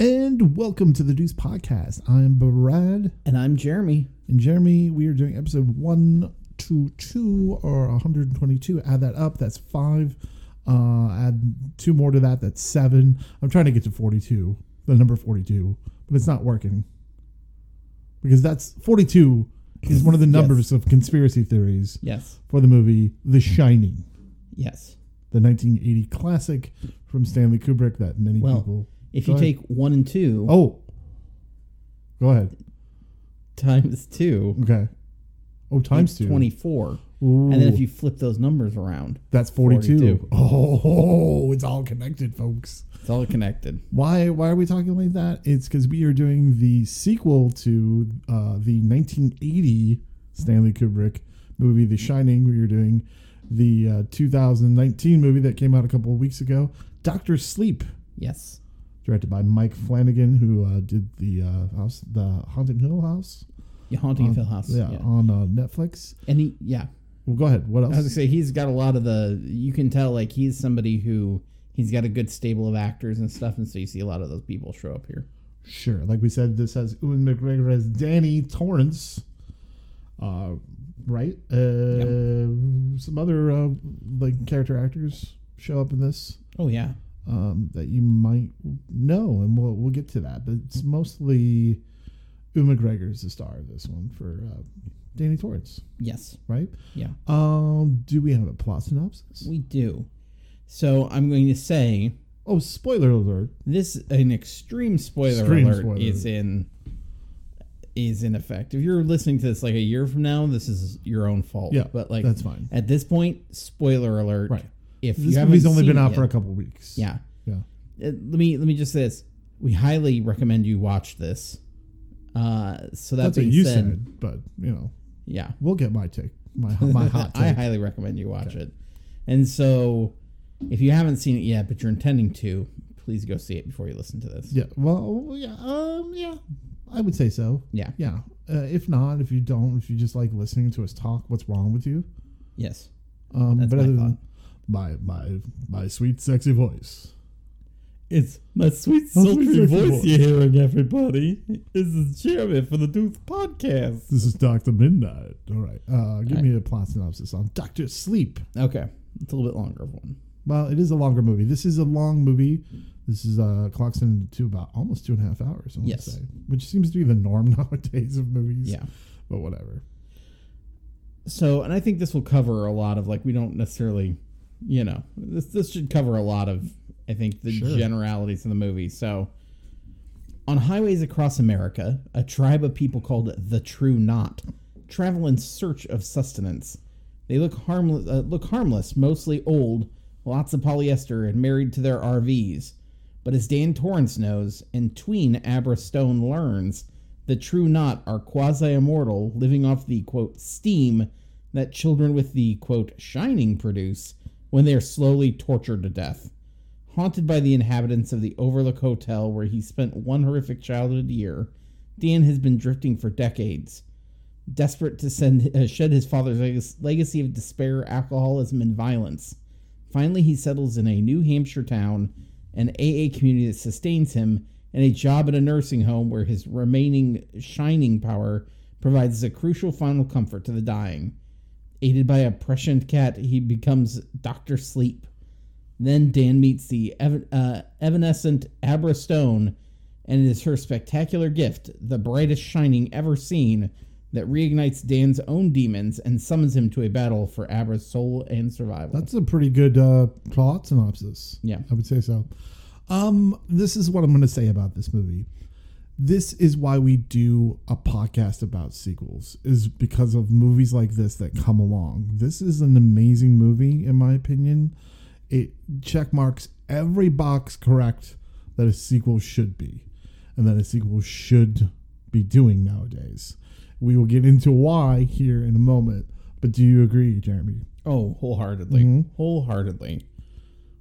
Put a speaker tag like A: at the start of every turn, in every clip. A: And welcome to the Deuce Podcast. I'm Brad.
B: And I'm Jeremy.
A: And Jeremy, we are doing episode 122 or 122. Add that up. That's five. Uh, add two more to that. That's seven. I'm trying to get to 42, the number 42, but it's not working because that's 42 is one of the numbers of conspiracy theories
B: Yes.
A: for the movie The Shining,
B: Yes.
A: the 1980 classic from Stanley Kubrick that many
B: Well,
A: people.
B: If
A: Go
B: you
A: ahead.
B: take one and two
A: Oh, go ahead.
B: times two,
A: Okay. Oh, times
B: it's
A: two.
B: 24.
A: Ooh,
B: And then if you flip those numbers around,
A: that's 42.
B: 42.
A: Oh, it's all connected, folks.
B: it's all connected.
A: Why why are we talking like that? It's because we are doing the sequel to uh, the 1980 Stanley Kubrick movie, The Shining. We are doing the uh, 2019 movie that came out a couple of weeks ago, Doctor Sleep,
B: Yes.
A: directed by Mike Flanagan, who uh, did the uh, house, the Haunted Hill House.
B: You're haunting
A: on-
B: Phil House.
A: yeah, on uh, Netflix.
B: And he, yeah.
A: Well, go ahead. What
B: I was going to
A: else?
B: say, he's got a lot of the, you can tell, like, he's somebody who, he's got a good stable of actors and stuff. And so you see a lot of those people show up here.
A: Sure. Like we said, this has Ewan McGregor as Danny Torrance, uh, right? Uh, Some other uh, like character actors show up in this
B: Oh, yeah.
A: um, that you might know, and we'll we'll get to that. But it's mostly Ewan McGregor is the star of this one for uh, Danny Torrance,
B: Yes.
A: right?
B: Yeah.
A: Um, do we have a plot synopsis?
B: We do. So I'm going to say
A: Oh, spoiler alert!
B: this an extreme spoiler
A: Extreme
B: alert
A: spoiler.
B: is in is in effect. If you're listening to this like a year from now, this is your own fault.
A: Yeah,
B: but like
A: that's fine.
B: At this point, spoiler alert.
A: Right.
B: If
A: This
B: you
A: movie's
B: haven't
A: only been
B: seen
A: out
B: it-
A: for a couple weeks.
B: yeah.
A: yeah.
B: Uh, Let me let me just say this. We highly recommend you watch this. Uh, so that
A: That's
B: being
A: what you
B: said,
A: said, but you know,
B: yeah,
A: we'll get my take, my my hot
B: I
A: take.
B: highly recommend you watch it. And so, if you haven't seen it yet, but you're intending to, please go see it before you listen to this.
A: yeah, well, yeah, um, yeah, I would say so.
B: Yeah.
A: Yeah. Uh, if not, if you don't, if you just like listening to us talk, what's wrong with you?
B: Yes.
A: Um,
B: That's
A: but
B: my
A: other than my my my sweet sexy voice.
B: It's my sweet
A: My sweet
B: sultry
A: sultry
B: voice
A: voice.
B: you're hearing, everybody. This is Jeremy for the Deuce Podcast.
A: This is Doctor Midnight. All right. Uh, give
B: All
A: me a plot synopsis on Doctor Sleep.
B: Okay, it's a little bit longer of one.
A: Well, it is a longer movie. This is a long movie. This is uh clocks in to about almost two and a half hours. I want
B: Yes.
A: to say, which seems to be the norm nowadays of movies.
B: Yeah.
A: But whatever.
B: So, and I think this will cover a lot of like we don't necessarily, you know, this this should cover a lot of I think the
A: Sure.
B: generalities of the movie. So, on highways across America, a tribe of people called the True Knot travel in search of sustenance. They look harmless, uh, look harmless, mostly old, lots of polyester, and married to their RVs. But as Dan Torrance knows, and tween Abra Stone learns, the True Knot are quasi immortal, living off the quote steam that children with the quote shining produce when they are slowly tortured to death haunted by the inhabitants of the Overlook Hotel where he spent one horrific childhood year, Dan has been drifting for decades. Desperate to send, uh, shed his father's leg- legacy of despair, alcoholism, and violence, finally he settles in a New Hampshire town, an AA community that sustains him, and a job at a nursing home where his remaining shining power provides a crucial final comfort to the dying. Aided by a prescient cat, he becomes Doctor Sleep. Then Dan meets the ev- uh, evanescent Abra Stone, and it is her spectacular gift, the brightest shining ever seen, that reignites Dan's own demons and summons him to a battle for Abra's soul and survival.
A: That's a pretty good uh, plot synopsis.
B: Yeah.
A: I would say so. Um, this is what I'm going to say about this movie. This is why we do a podcast about sequels, is because of movies like this that come along. This is an amazing movie, in my opinion. It check marks every box correct that a sequel should be, and that a sequel should be doing nowadays. We will get into why here in a moment. But do you agree, Jeremy?
B: oh, wholeheartedly. Wholeheartedly.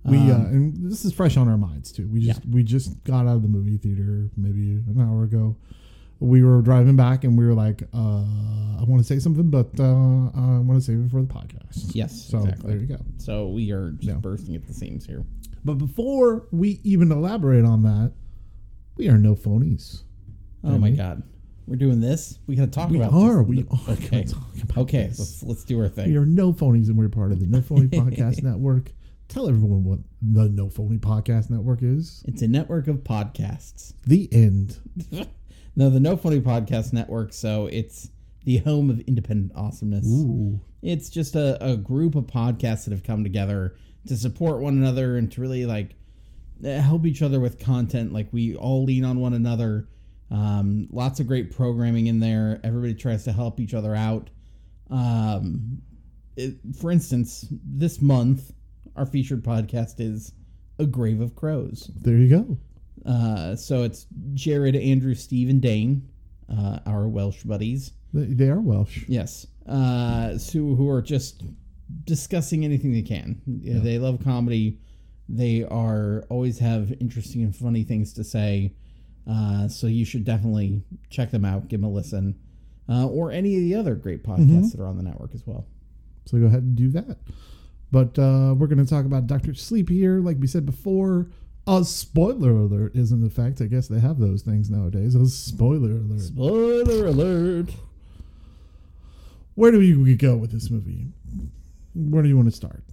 A: We uh,
B: Um,
A: and this is fresh on our minds too. We just we just got out of the movie theater maybe an hour ago. We were driving back and we were like, uh, I want to say something, but uh, I want to save it for the podcast.
B: Yes,
A: So there
B: exactly.
A: you go.
B: So we are just
A: Yeah.
B: bursting at the seams here.
A: But before we even elaborate on that, We are no phonies.
B: Oh my god, we're doing this. We gotta talk
A: We
B: about.
A: are.
B: This.
A: We are.
B: Okay. Okay. Let's let's do our
A: We
B: thing.
A: are no phonies, and we're part of the No Phony Podcast Network. Tell everyone what the No Phony Podcast Network is.
B: It's a network of podcasts.
A: The end.
B: No, the No Funny Podcast Network. So it's the home of independent awesomeness.
A: Ooh.
B: It's just a, a group of podcasts that have come together to support one another and to really like eh, help each other with content. Like we all lean on one another. Um, lots of great programming in there. Everybody tries to help each other out. Um, it, for instance, this month our featured podcast is "A Grave of Crows."
A: There you go.
B: Uh, so it's Jared, Andrew, Steve, and Dane, uh, our Welsh buddies.
A: They, they are Welsh.
B: Yes. Uh, so who are just discussing anything they can. You know, They love comedy. They are always have interesting and funny things to say. Uh, so you should definitely check them out, give them a listen, uh, or any of the other great podcasts
A: Mm-hmm.
B: that are on the network as well.
A: So go ahead and do that. But uh, we're going to talk about Doctor Sleep here. Like we said before, a spoiler alert is in effect. I guess they have those things nowadays. A spoiler alert.
B: Spoiler alert!
A: Where do we go with this movie? Where do you want to start?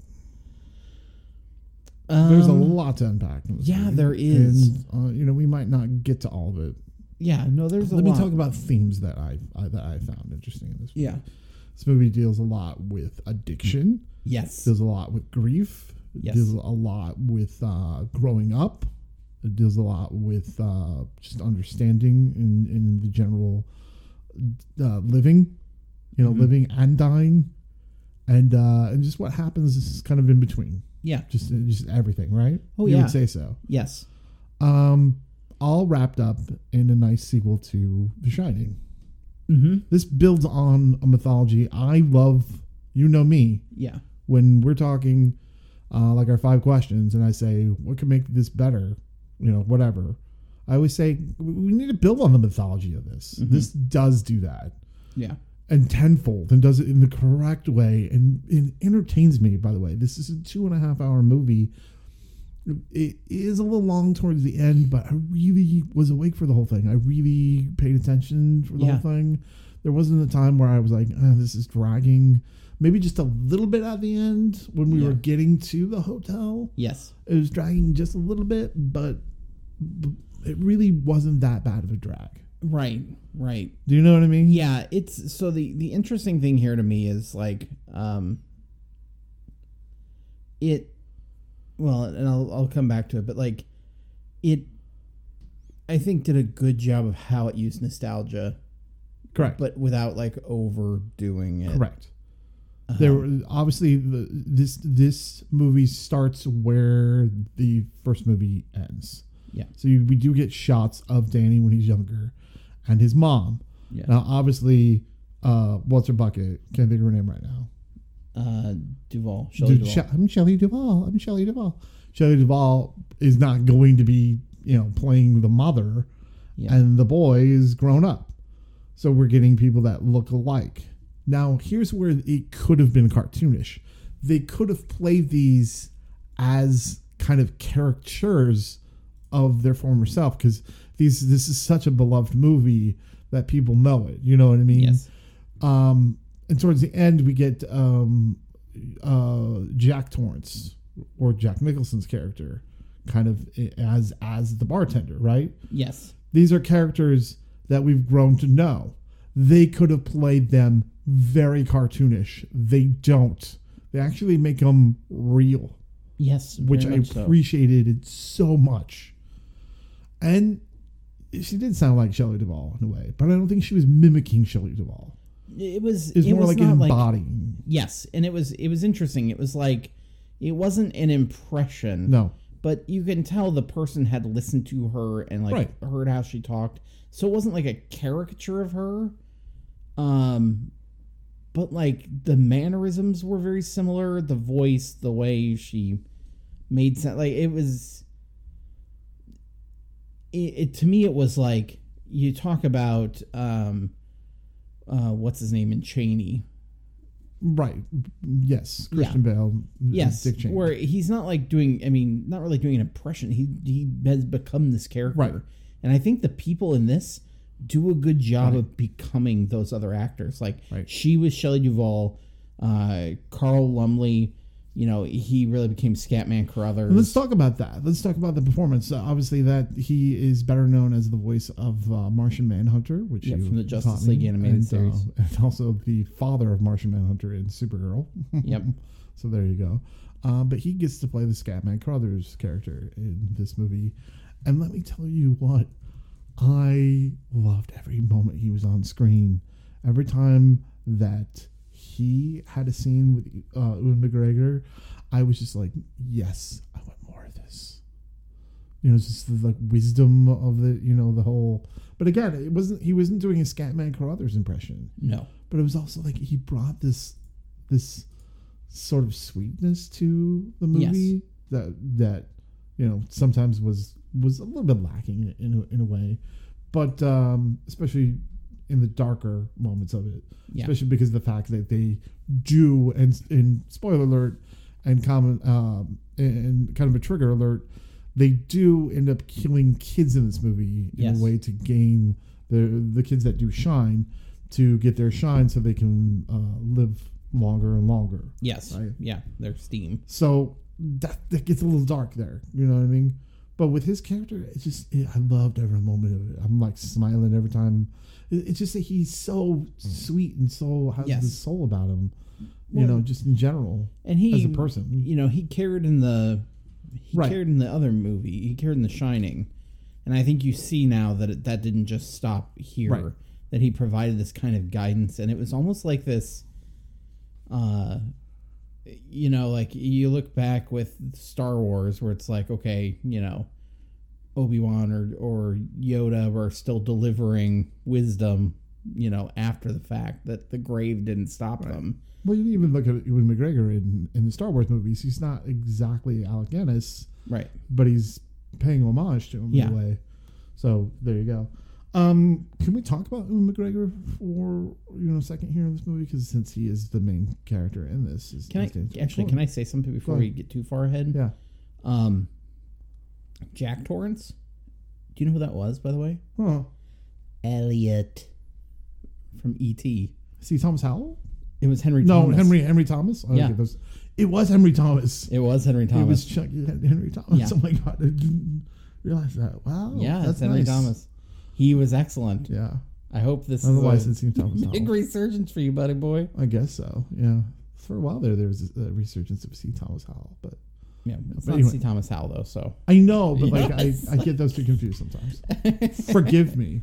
A: There's a
B: Um,
A: lot to unpack. in this
B: yeah,
A: movie.
B: there is.
A: And, uh, you know, we might not get to all of it.
B: yeah. No, there's a
A: Let
B: lot.
A: me talk about themes that I, I that I found interesting in this. Movie.
B: Yeah.
A: This movie deals a lot with addiction.
B: Yes.
A: Deals a lot with grief.
B: Yes.
A: Deals a lot with uh, growing up. It deals a lot with uh, just understanding in, in the general uh, living, you
B: Mm-hmm.
A: know, living and dying, and uh, and just what happens is kind of in between.
B: Yeah.
A: Just just everything, right?
B: Oh,
A: you
B: yeah.
A: would say so.
B: Yes.
A: Um, all wrapped up in a nice sequel to The Shining.
B: Mm-hmm.
A: This builds on a mythology I love. You know me
B: Yeah.
A: when we're talking uh, like our five questions and i say what can make this better you know whatever i always say we we need to build on the mythology of this this does do that
B: Yeah.
A: and tenfold and does it in the correct way and it entertains me by the way this is a two and a half hour movie it is a little long towards the end but i really was awake for the whole thing i really paid attention for the
B: Yeah.
A: whole thing there wasn't a time where i was like "Ah, this is dragging maybe just a little bit at the end when we
B: Yeah.
A: were getting to the hotel
B: Yes.
A: it was dragging just a little bit but b- it really wasn't that bad of a drag
B: Right. Right.
A: do you know what i mean
B: yeah it's so the the interesting thing here to me is like um it well and i'll, I'll come back to it but like it i think did a good job of how it used nostalgia
A: correct
B: but without like overdoing it
A: Correct. There
B: Uh-huh.
A: were obviously the, this this movie starts where the first movie ends.
B: Yeah.
A: So you, we do get shots of Danny when he's younger, and his mom.
B: Yeah.
A: Now obviously, uh, what's her bucket? Can't think of her name right now.
B: uh duval Shelley
A: Dude,
B: duval
A: She- I'm Shelley Duvall. I'm Shelley Duvall. Shelley Duvall is not going to be, you know, playing the mother,
B: Yeah.
A: and the boy is grown up. So we're getting people that look alike. Now, here's where it could have been cartoonish. They could have played these as kind of caricatures of their former self because these this is such a beloved movie that people know it. You know what I mean?
B: yes
A: Um, and towards the end, we get um, uh, Jack Torrance or Jack Nicholson's character, kind of as as the bartender, right?
B: yes
A: These are characters that we've grown to know. They could have played them very cartoonish. They don't. They actually make them real
B: yes
A: which I
B: very much so.
A: appreciated it so much. And she did sound like Shelley Duvall in a way, but I don't think she was mimicking Shelley Duvall.
B: it was
A: It was
B: it
A: more
B: was
A: like
B: not like
A: embodying.
B: yes and it was it was interesting it was like it wasn't an impression
A: no,
B: but you can tell the person had listened to her and like
A: Right.
B: heard how she talked so it wasn't like a caricature of her um but like the mannerisms were very similar the voice the way she made sense like it was it, it to me it was like you talk about um uh what's his name in cheney
A: right? Yes, Christian Bale.
B: Yes,
A: Dick Cheney.
B: where he's not like doing. I mean, not really doing an impression. He he has become this character,
A: Right.
B: And I think the people in this do a good job of becoming those other actors. Like
A: Right.
B: she was Shelley Duvall, uh, Carl Lumley. You know, he really became Scatman Carruthers.
A: Let's talk about that. Let's talk about the performance. Uh, obviously, that he is better known as the voice of uh, Martian Manhunter, which
B: Yeah,
A: you
B: from the
A: taught
B: Justice
A: me,
B: League animated
A: and,
B: series.
A: uh, and also the father of Martian Manhunter in Supergirl.
B: Yep.
A: so there you go. Uh, but he gets to play the Scatman Crothers character in this movie, and let me tell you what, I loved every moment he was on screen. Every time that he had a scene with uh, Ewan McGregor, I was just like, yes, I want more of this you know, it's just the like wisdom of the, you know, the whole. But again, it wasn't. He wasn't doing a Scatman Carruthers impression,
B: No.
A: but it was also like he brought this, this sort of sweetness to the
B: Yes.
A: movie that that you know sometimes was was a little bit lacking in a, in a way, but um, especially in the darker moments of it,
B: Yeah.
A: especially because of the fact that they do and and spoiler alert and common um, and kind of a trigger alert, they do end up killing kids in this movie in
B: Yes.
A: a way to gain the the kids that do shine to get their shine so they can uh, live longer and longer.
B: Yes.
A: Right.
B: Yeah. They're steam.
A: So that that gets a little dark there. You know what I mean? But with his character, it's just it, I loved every moment of it. I'm like smiling every time. It- it's just that he's so sweet and so has
B: Yes.
A: this soul about him. You
B: Well-
A: know, just in general
B: And he
A: as a person.
B: you know, he cared in the he
A: Mm-hmm. Right.
B: cared in the other movie. He cared in The Shining, and I think you see now that it, that didn't just stop here.
A: Right.
B: That he provided this kind of guidance, and it was almost like this. Uh, you know, like you look back with Star Wars, where it's like, okay, you know, Obi Wan or or Yoda were still delivering wisdom. You know, after the fact that the grave didn't stop them.
A: Well, you even look at Ewan McGregor in, in the Star Wars movies. He's not exactly Alec Guinness,
B: Right.
A: but he's paying homage to him
B: Yeah.
A: in a way. So there you go. Um, can we talk about Ewan McGregor for you know a second here in this movie? Because since he is the main character in this, is
B: Can I actually can I say something before we
A: ahead.
B: get too far ahead?
A: Yeah.
B: Um, Jack Torrance. Do you know who that was, by the way?
A: Huh.
B: Elliot from ET. It
A: See Thomas Howell?
B: was Henry.
A: No,
B: Thomas.
A: Henry Henry Thomas. I don't
B: Yeah.
A: get those. it was Henry Thomas.
B: It was Henry
A: It was
B: Thomas.
A: Chuck Henry Thomas.
B: Yeah.
A: Oh my god, I didn't realize that. Wow.
B: yeah,
A: that's
B: it's Henry
A: nice.
B: Thomas. He was excellent.
A: Yeah.
B: I hope this
A: Otherwise,
B: is
A: it's seen Thomas
B: a big
A: Howell.
B: resurgence for you, buddy boy.
A: I guess so. Yeah. For a while there, there was a resurgence of C. Thomas Howell, but
B: Yeah, it's
A: But
B: not
A: anyway.
B: C. Thomas Howell though. So
A: I know, but like
B: Yes.
A: I, I get those two confused sometimes. Forgive me.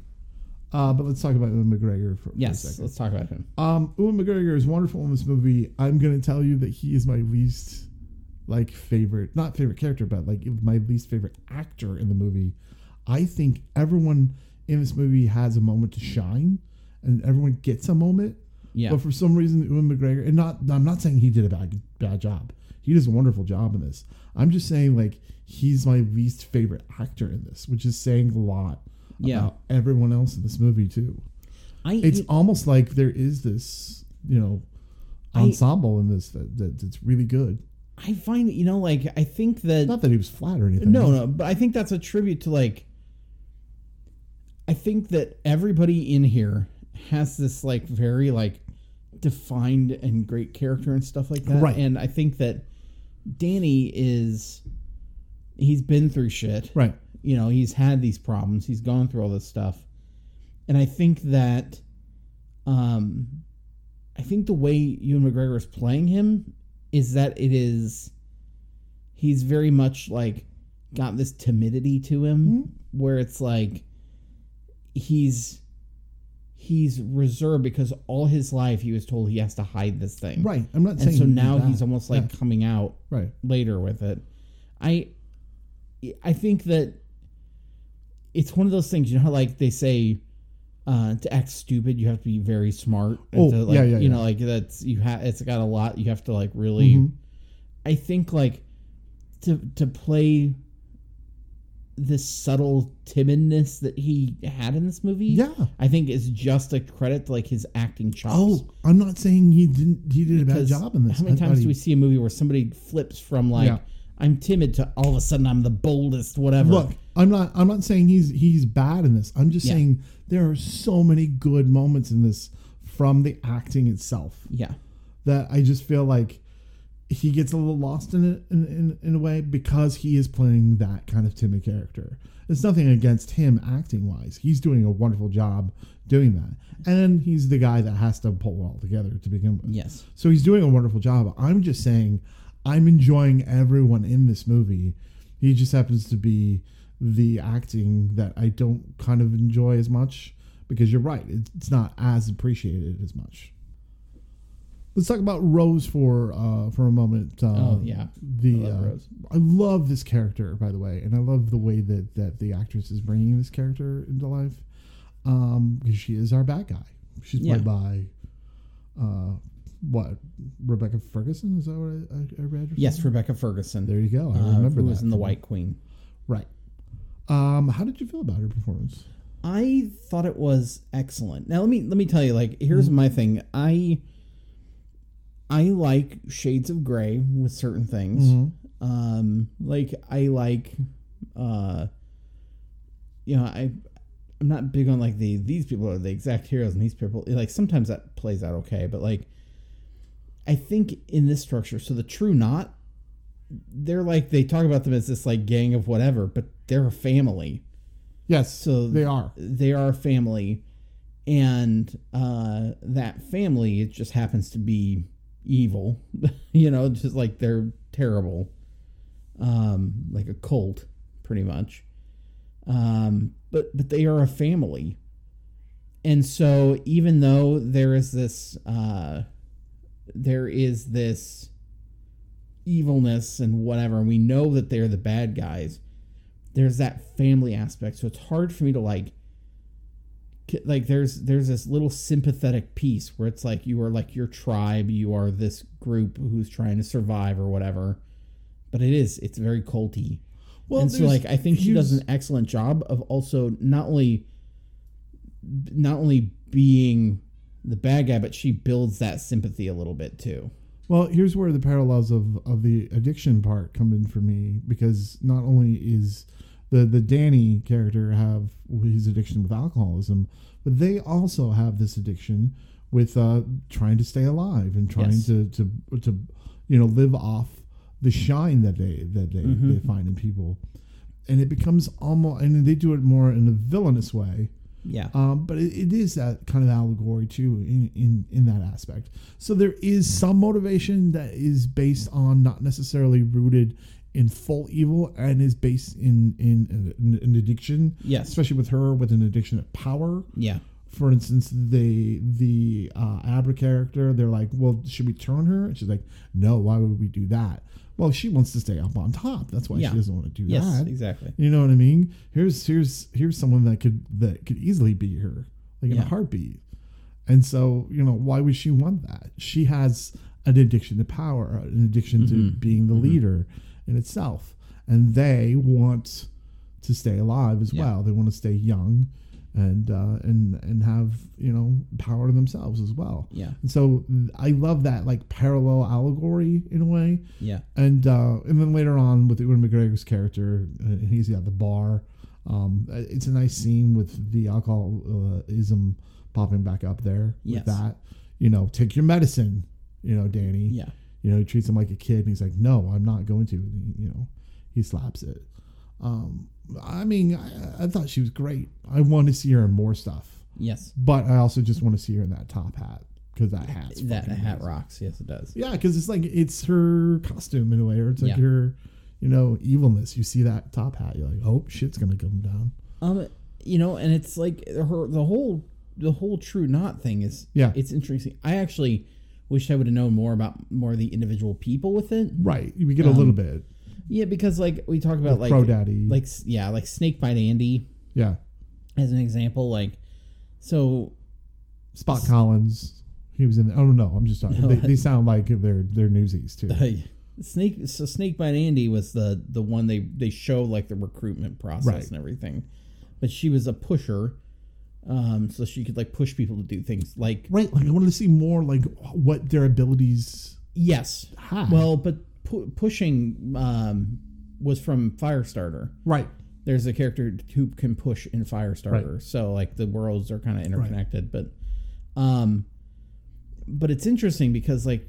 A: Uh, but let's talk about Ewan McGregor for, for a
B: yes,
A: second.
B: let's talk about him.
A: Um, Ewan McGregor is wonderful in this movie. I'm gonna tell you that he is my least like favorite, not favorite character, but like my least favorite actor in the movie. I think everyone in this movie has a moment to shine, and everyone gets a moment.
B: Yeah.
A: But for some reason, Ewan McGregor, and not I'm not saying he did a bad bad job. He does a wonderful job in this. I'm just saying like he's my least favorite actor in this, which is saying a lot
B: Yeah.
A: about everyone else in this movie too
B: I
A: it's almost like there is this you know
B: I-
A: ensemble in this that, that that's really good
B: I find you know like I think that
A: not that he was flat or anything
B: No, no, but I think that's a tribute to like. I think that everybody in here has this like very like defined and great character and stuff like that,
A: Right.
B: And I think that Danny is he's been through shit,
A: right
B: you know he's had these problems he's gone through all this stuff and i think that um i think the way ewan mcgregor is playing him is that it is he's very much like got this timidity to him
A: Mm-hmm.
B: where it's like he's he's reserved because all his life he was told he has to hide this thing
A: right i'm not
B: and
A: saying
B: so
A: he did
B: now
A: that.
B: he's almost like coming out
A: right
B: later with it. I I think that it's one of those things, you know how like they say uh, to act stupid, you have to be very smart. and
A: Oh,
B: to, like,
A: yeah, yeah,
B: You know,
A: yeah.
B: like that's you have. It's got a lot. You have to like really.
A: Mhm.
B: I think like to to play this subtle timidness that he had in this movie.
A: yeah
B: I think is just a credit to like his acting chops.
A: oh i'm not saying he didn't he did a bad
B: Because
A: job in this
B: How many
A: I thought
B: times do
A: he-
B: we see a movie where somebody flips from like
A: Yeah.
B: I'm timid to all of a sudden I'm the boldest, whatever.
A: Look, I'm not I'm not saying he's he's bad in this. I'm just
B: Yeah.
A: saying there are so many good moments in this from the acting itself
B: Yeah.
A: that I just feel like he gets a little lost in it in, in, in a way because he is playing that kind of timid character. It's nothing against him acting wise. He's doing a wonderful job doing that. And he's the guy that has to pull it all together to begin with.
B: Yes.
A: So he's doing a wonderful job. I'm just saying, I'm enjoying everyone in this movie. He just happens to be the acting that I don't kind of enjoy as much because you're right. it- It's not as appreciated as much. Let's talk about Rose for uh, for a moment. Uh,
B: Oh, yeah.
A: the
B: I love
A: uh,
B: Rose.
A: I love this character by the way, and I love the way that that the actress is bringing this character into life um, because she is our bad guy. She's
B: Yeah.
A: played by uh, what Rebecca Ferguson is that what I, I, I read? or
B: Yes,
A: something?
B: Rebecca Ferguson.
A: there you go. I
B: uh,
A: remember
B: who
A: that
B: was in The
A: from-
B: White Queen.
A: right. Um, how did you feel about her performance?
B: I thought it was excellent. Now let me let me tell you, like,
A: Mm-hmm.
B: here's my thing. I I like shades of gray with certain things.
A: Mm-hmm.
B: Um, like I like, uh, you know, I I'm not big on like the these people are the exact heroes and these people like sometimes that plays out okay, but like I think in this structure, so the true not, they're like they talk about them as this like gang of whatever, but they're a family
A: Yes,
B: So-
A: they are.
B: they are a family and uh that family it just happens to be evil you know just like they're terrible um like a cult pretty much um but but they are a family and so even though there is this uh there is this evilness and whatever and we know that they're the bad guys there's that family aspect so it's hard for me to like ki- like there's there's this little sympathetic piece where it's like you are like your tribe you are this group who's trying to survive or whatever but it is it's very culty
A: Well,
B: and so
A: there's
B: like i think she does
A: huge-
B: an excellent job of also not only not only being the bad guy but she builds that sympathy a little bit too
A: Well, here's where the parallels of, of the addiction part come in for me because not only is the, the Danny character have his addiction with alcoholism, but they also have this addiction with uh, trying to stay alive and trying
B: Yes.
A: to, to to you know live off the shine that they that they, they find in people, and it becomes almost and they do it more in a villainous way.
B: yeah
A: Um, but it, it is that kind of allegory too in, in in that aspect. So there is some motivation that is based on not necessarily rooted in full evil and is based in in in, in addiction.
B: Yes.
A: especially with her with an addiction of power.
B: yeah
A: For instance, the the uh, Abra character, they're like, "Well, should we turn her?" And she's like, "No, why would we do that?" Well, she wants to stay up on top. That's why
B: Yeah.
A: she doesn't want to do
B: yes
A: that.
B: exactly
A: You know what I mean? Here's here's here's someone that could that could easily beat her, like in a
B: Yeah.
A: heartbeat. And so, you know, why would she want that? She has an addiction to power, an addiction to
B: Mm-hmm.
A: being the leader in itself. And they want to stay alive as
B: Yeah.
A: well. They want to stay young and uh and and have, you know, power to themselves as well.
B: yeah
A: And so I love that like parallel allegory in a way
B: yeah
A: and uh, and then later on with Ewan McGregor's character, uh, he's at the bar. Um, uh, it's a nice scene with the alcoholism popping back up there
B: Yes.
A: with that. You know, take your medicine. You know, Danny.
B: yeah
A: You know, he treats him like a kid, and he's like, "No, I'm not going to." And, you know, he slaps it. Um, I mean, I, I thought she was great. I want to see her in more stuff,
B: yes
A: but I also just want to see her in that top hat because that hat's
B: that
A: fucking
B: hat
A: amazing.
B: rocks yes it does
A: Yeah, because it's like it's her costume in a way, or it's like
B: Yeah.
A: her, you know, evilness. You see that top hat, you're like, oh, shit's gonna come down.
B: Um, you know, and it's like her the whole the whole true not thing is
A: Yeah.
B: it's interesting. I actually wish I would have known more about more of the individual people with it.
A: Right, we get a little bit
B: Yeah, because like we talk about Um, like
A: pro daddy.
B: like s- yeah, like Snake Bite Andy
A: yeah,
B: as an example. Like so
A: Spot Collins. He was in. The, oh no, I'm just talking. They, they sound like they're they're newsies too.
B: Snake so Snake Bite Andy was the the one they they show like the recruitment process
A: Right.
B: and everything, but she was a pusher. Um, so she could like push people to do things like
A: Right, like I wanted to see more like what their abilities
B: yes,
A: had.
B: Well, but pu- pushing um, was from Firestarter.
A: Right.
B: There's a character who can push in Firestarter, so like the worlds are kind of interconnected. But, um, but it's interesting because like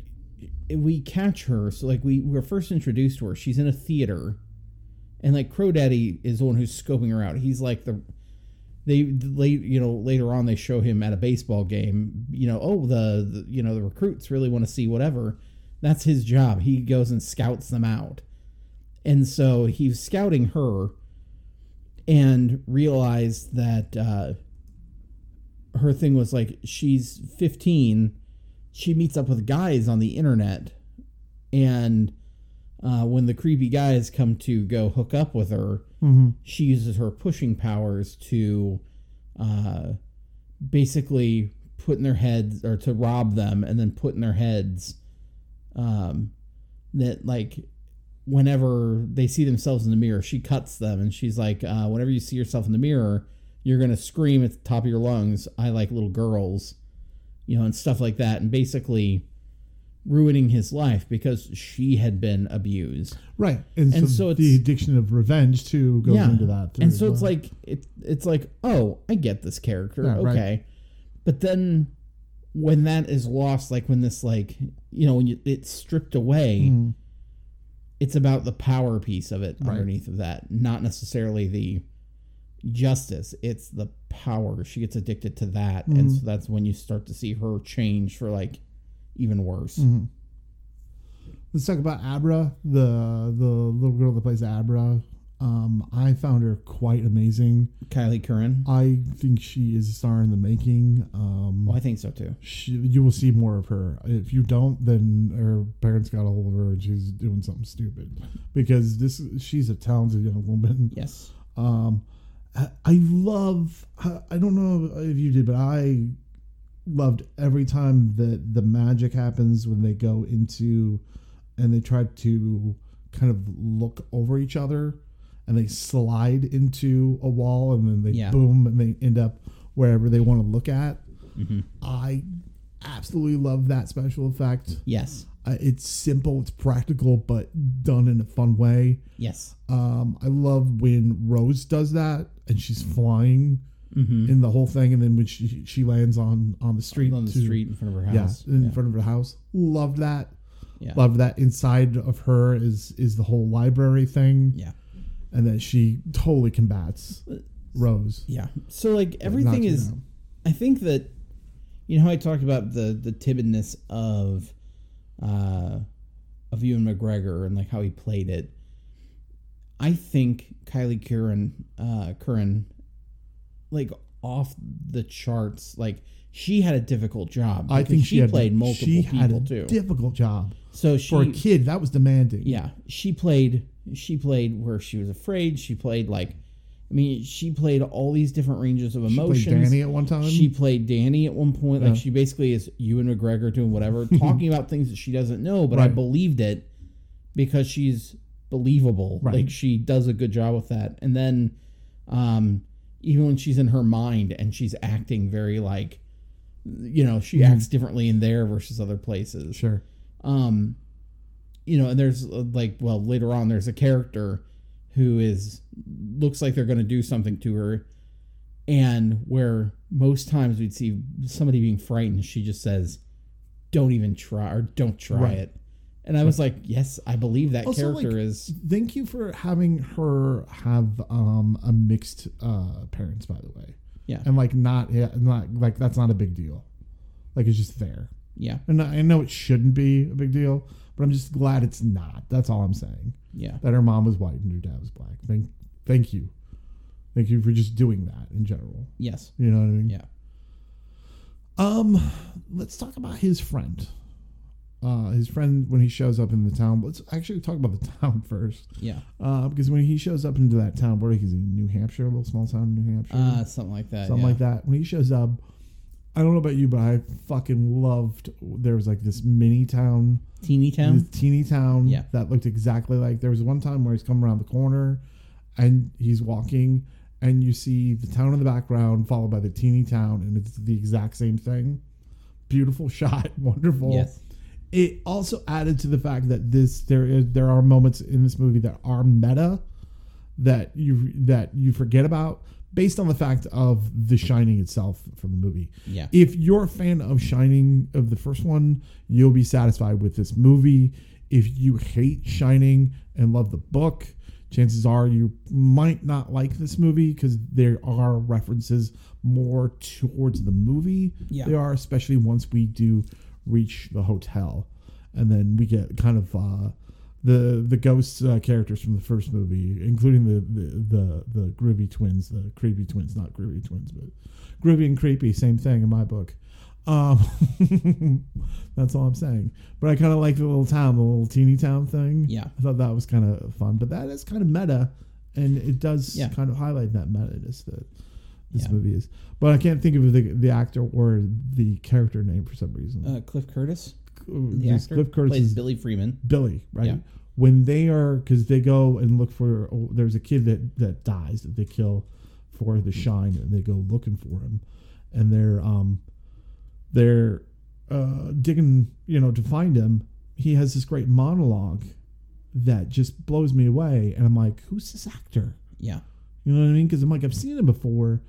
B: it- we catch her, so like we we're first introduced to her. She's in a theater, and like Crow Daddy is the one who's scoping her out. He's like the they late you know later on they show him at a baseball game you know oh the, the you know the recruits really want to see whatever that's his job he goes and scouts them out and so he's scouting her and realized that uh, her thing was like she's 15 she meets up with guys on the internet and uh, when the creepy guys come to go hook up with her
A: Mm-hmm.
B: she uses her pushing powers to uh, basically put in their heads or to rob them and then put in their heads um, that like whenever they see themselves in the mirror she cuts them and she's like uh, whenever you see yourself in the mirror you're going to scream at the top of your lungs i like little girls you know and stuff like that and basically ruining his life because she had been abused
A: Right. And,
B: And
A: so,
B: so
A: the
B: it's-
A: addiction of revenge too goes into that. too
B: and
A: as
B: so it's
A: well.
B: like it, it's like, oh, I get this character,
A: Yeah, right.
B: okay. But then when that is lost, like when this like you know when you, it's stripped away,
A: Mhm.
B: it's about the power piece of it
A: Right.
B: underneath of that, not necessarily the justice. It's the power. She gets addicted to that, and
A: Mm.
B: so that's when you start to see her change for like even worse.
A: Mm. Let's talk about Abra, the the little girl that plays Abra. Um, I found her quite amazing.
B: Kylie Curran,
A: I think she is a star in the making. Um,
B: well, Oh, I think so too.
A: she, you will see more of her. If you don't, then her parents got a hold of her and she's doing something stupid because this she's a talented young woman.
B: Yes,
A: Um, I, I love. I I don't know if you did, but I loved every time that the magic happens when they go into and they try to kind of look over each other and they slide into a wall and then they
B: Yeah.
A: boom and they end up wherever they want to look at.
B: Mhm.
A: I absolutely love that special effect.
B: yes,
A: Uh, it's simple, it's practical, but done in a fun way.
B: yes.
A: Um, I love when Rose does that and she's flying
B: Mm-hmm.
A: in the whole thing, and then when she she lands on on the street,
B: On the
A: to-
B: street in front of her
A: yeah,
B: house.
A: in front of her house. Loved that.
B: Yeah.
A: Loved that. Inside of her is is the whole library thing,
B: Yeah.
A: and that she totally combats Rose.
B: Yeah. So like everything
A: knocks you
B: is
A: down.
B: I think that you know how I talked about the the timidness of uh of Ewan McGregor and like how he played it. I think Kylie Curran uh Curran like off the charts like she had a difficult job.
A: I
B: because
A: think she, had,
B: played multiple
A: she
B: people
A: had a
B: too.
A: difficult job
B: so she
A: for a kid. That was demanding.
B: yeah she played she played where she was afraid she played like i mean she played all these different ranges of
A: She played
B: emotions
A: Danny at one time.
B: she played Danny at one point.
A: Yeah.
B: Like she basically is you and McGregor doing whatever, talking about things that she doesn't know, but I
A: Right.
B: believed it because she's believable.
A: Right.
B: Like she does a good job with that. And then um even when she's in her mind and she's acting very like you know, she
A: Mm-hmm.
B: acts differently in there versus other places
A: sure.
B: um you know and there's uh, like well later on there's a character who is looks like they're going to do something to her and where most times we'd see somebody being frightened she just says don't even try or don't try
A: Right.
B: it and i was like yes i believe that
A: Also,
B: character
A: like,
B: is
A: Thank you for having her have um, a mixed uh, parents, by the way.
B: Yeah.
A: and like not yeah, not like that's not a big deal. Like it's just there,
B: yeah
A: and I I know it shouldn't be a big deal, but I'm just glad it's not. That's all I'm saying.
B: yeah
A: That her mom was white and her dad was black. Thank, thank you, thank you for just doing that in general.
B: yes
A: You know what I mean?
B: yeah
A: Um, let's talk about his friend. Uh, his friend when he shows up in the town. Let's actually talk about the town first.
B: yeah
A: Uh, because when he shows up into that town, where he's in New Hampshire, a little small town in New Hampshire,
B: uh something like that
A: something
B: yeah.
A: like that. When he shows up, I don't know about you, but I fucking loved. There was like this mini town,
B: teeny
A: this
B: town
A: teeny town
B: Yeah.
A: that looked exactly like. There was one time where he's coming around the corner, and he's walking, and you see the town in the background, followed by the teeny town, and it's the exact same thing. Beautiful shot, wonderful
B: yes
A: it also added to the fact that this there is there are moments in this movie that are meta that you that you forget about based on the fact of the shining itself from the movie
B: Yeah.
A: if you're a fan of shining of the first one you'll be satisfied with this movie if you hate shining and love the book chances are you might not like this movie because there are references more towards the movie
B: Yeah.
A: they are especially once we do reach the hotel and then we get kind of uh the the ghost uh, characters from the first movie, including the the the, the groovy twins, the creepy twins, not groovy twins, but groovy and creepy, same thing in my book. Um, that's all I'm saying. But I kind of like the little town, the little teeny town thing.
B: Yeah.
A: I thought that was kind of fun. But that is kind of meta, and it does
B: Yeah.
A: kind of highlight that meta ness that this
B: Yeah.
A: movie is. But I can't think of the the actor or the character name for some reason.
B: Uh, Cliff Curtis, the
A: Because
B: actor,
A: Cliff Curtis
B: plays
A: is
B: Billy Freeman.
A: Billy, right?
B: Yeah.
A: When they are, because they go and look for, oh, there's a kid that that dies that they kill for
B: Hmm.
A: the shine, and they go looking for him, and they're um, they're uh digging, you know, to find him. He has this great monologue that just blows me away, and I'm like, who's this actor?
B: Yeah,
A: You know what I mean? Because I'm like, I've seen it before,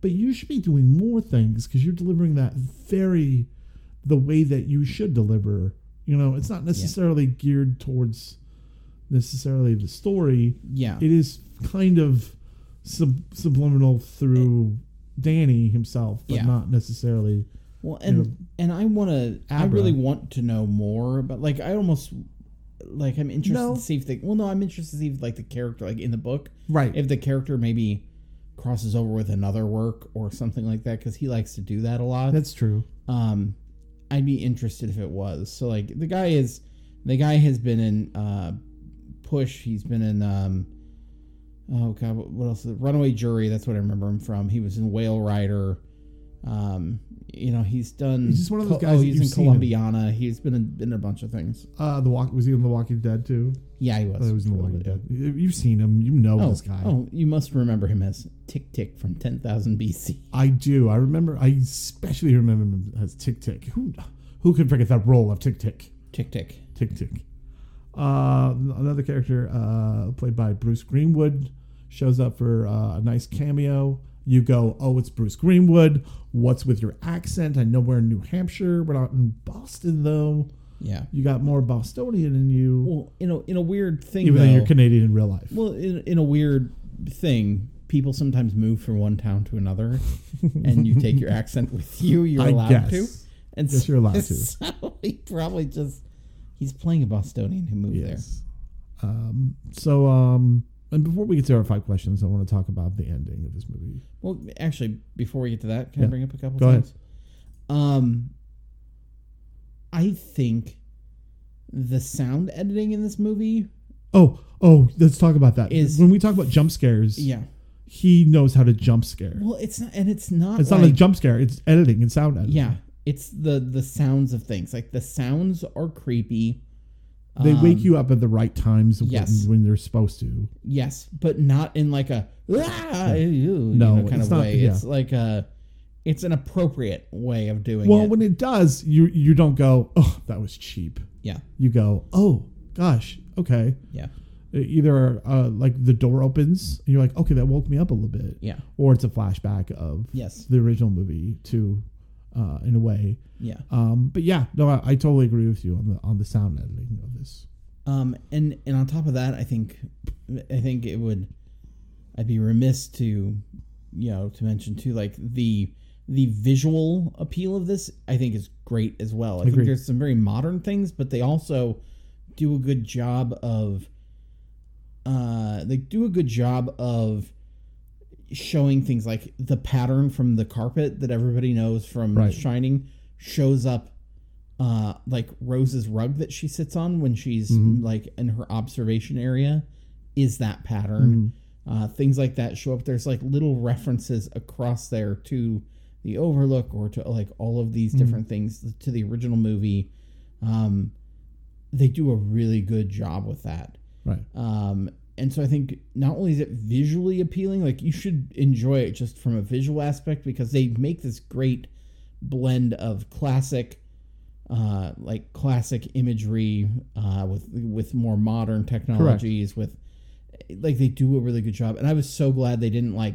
A: but you should be doing more things because you're delivering that very the way that you should deliver. You know, it's not necessarily geared towards necessarily the story.
B: yeah,
A: It is kind of sub- subliminal through Danny himself, but
B: Yeah.
A: not necessarily.
B: Well, and
A: know,
B: and I want to. I
A: Abra.
B: really want to know more, but like I almost like I'm interested
A: No.
B: to see if they. Well, no, I'm interested to see if like the character, like in the book,
A: Right.
B: if the character maybe crosses over with another work or something like that, because he likes to do that a lot.
A: That's true.
B: Um, I'd be interested if it was. So like the guy is, the guy has been in uh, Push. He's been in um, oh god, what what else? Runaway Jury. That's what I remember him from. He was in Whale Rider. Um, you know he's done.
A: He's just one of those
B: Co-
A: guys
B: Oh,
A: that
B: he's
A: you've
B: in
A: seen him.
B: Columbiana. He's been in, been in a bunch of things.
A: Uh, the walk was he in The Walking Dead too?
B: Yeah, he was.
A: I thought he was in The
B: for a
A: Walking
B: little bit.
A: Dead. You've seen him. You know
B: Oh,
A: this guy.
B: oh, you must remember him as Tick Tick from Ten Thousand BC.
A: I do. I remember. I especially remember him as Tick Tick. Who, who could forget that role of Tick Tick?
B: Tick Tick.
A: Tick Tick. Uh, another character uh, played by Bruce Greenwood shows up for uh, a nice cameo. You go, oh, it's Bruce Greenwood. What's with your accent? I know we're in New Hampshire. We're not in Boston though.
B: Yeah.
A: You got more Bostonian in you,
B: Well, you know, in a weird thing,
A: even though
B: though-
A: you're Canadian in real life.
B: Well, in, in a weird thing, people sometimes move from one town to another, and you take your accent with you. You're
A: I
B: allowed
A: guess.
B: to. And
A: Yes, you're allowed to.
B: So he probably just he's playing a Bostonian who moved
A: Yes. Um, so, um, and before we get to our five questions, I want to talk about the ending of this movie.
B: there. Well, actually, before we get to that, can I
A: Yeah.
B: bring up a couple
A: Go ahead.
B: things? Um, I think the sound editing in this movie,
A: Oh, oh, let's talk about that.
B: Is-
A: when we talk about jump scares,
B: yeah.
A: he knows how to jump scare.
B: Well, it's not, and it's not.
A: it's
B: like,
A: not a jump scare; it's editing and sound editing.
B: Yeah, it's the the sounds of things. Like the sounds are creepy.
A: they wake
B: Um,
A: you up at the right times
B: yes.
A: when, when they're supposed to.
B: Yes, but not in like a ah, ew," you
A: No,
B: know, kind
A: it's
B: of
A: not-
B: way.
A: yeah.
B: It's like a it's an appropriate way of doing
A: Well,
B: it.
A: when it does, you you don't go, "Oh, that was cheap."
B: yeah,
A: You go, "Oh, gosh, okay."
B: yeah,
A: Either uh, like the door opens, and you're like, "Okay, that woke me up a little bit."
B: yeah,
A: or it's a flashback of
B: Yes.
A: the original movie too, uh, in a way.
B: yeah.
A: Um, but yeah, no, I, I totally agree with you on the on the sound editing of this.
B: Um, and and on top of that, I think I think it would I'd be remiss to you know to mention too like the the visual appeal of this I think is great as well. I
A: Agreed.
B: think there's some very modern things, but they also do a good job of uh they do a good job of showing things like the pattern from the carpet that everybody knows from
A: Right.
B: Shining shows up uh like Rose's rug that she sits on when she's
A: Mhm.
B: like in her observation area is that pattern. Uh things like that show up. There's like little references across there to the overlook or to like all of these different things to the original movie. Um they do a really good job with that.
A: Right.
B: Um, and so I think not only is it visually appealing, like you should enjoy it just from a visual aspect because they make this great blend of classic uh, like classic imagery uh, with with more modern technologies with like they do a really good job and i was so glad they didn't like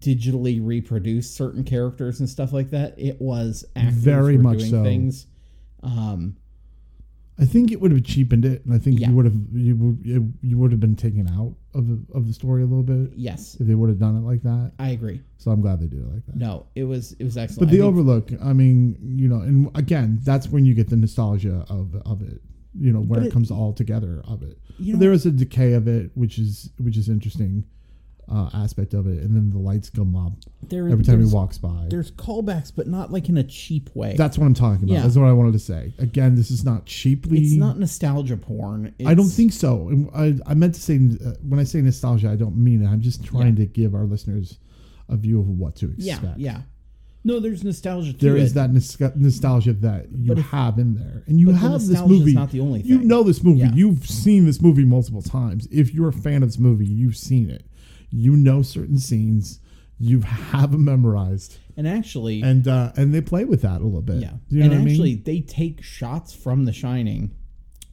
B: digitally reproduce certain characters and stuff like that it was actors
A: Very
B: were
A: much
B: doing
A: so.
B: things um
A: I think it would have cheapened it, and I think
B: Yeah.
A: you would have you would it, you would have been taken out of the, of the story a little bit
B: yes
A: if they would have done it like that.
B: i agree
A: So I'm glad they did it like that.
B: no it was it was excellent
A: But
B: I
A: the
B: think-
A: overlook, I mean, you know, and again, that's when you get the nostalgia of of it, you know, when
B: But
A: it,
B: it-
A: comes all together of it.
B: You
A: But
B: know-
A: there is a decay of it, which is which is interesting uh, aspect of it, and then the lights come up
B: there,
A: every time he
B: there's-
A: walks by.
B: there's callbacks but not like in a cheap way
A: That's what I'm talking about.
B: Yeah.
A: That's what I wanted to say. Again, this is not cheaply.
B: it's not nostalgia porn it's,
A: I don't think so. And I, I meant to say uh, when I say nostalgia, I don't mean it. I'm just trying to give our listeners a view of what to
B: yeah
A: expect.
B: yeah no there's nostalgia to
A: There is
B: it.
A: that nos- nostalgia that you
B: But if-
A: have in there, and you
B: but the
A: have this
B: nostalgia's
A: movie.
B: not the only
A: You
B: thing.
A: know this movie.
B: Yeah.
A: You've seen this movie multiple times. If you're a fan of this movie, you've seen it. You know certain scenes. You have them memorized,
B: and actually
A: and uh, and they play with that a little bit.
B: Yeah,
A: Do you know
B: and
A: what I mean?
B: actually, they take shots from The Shining.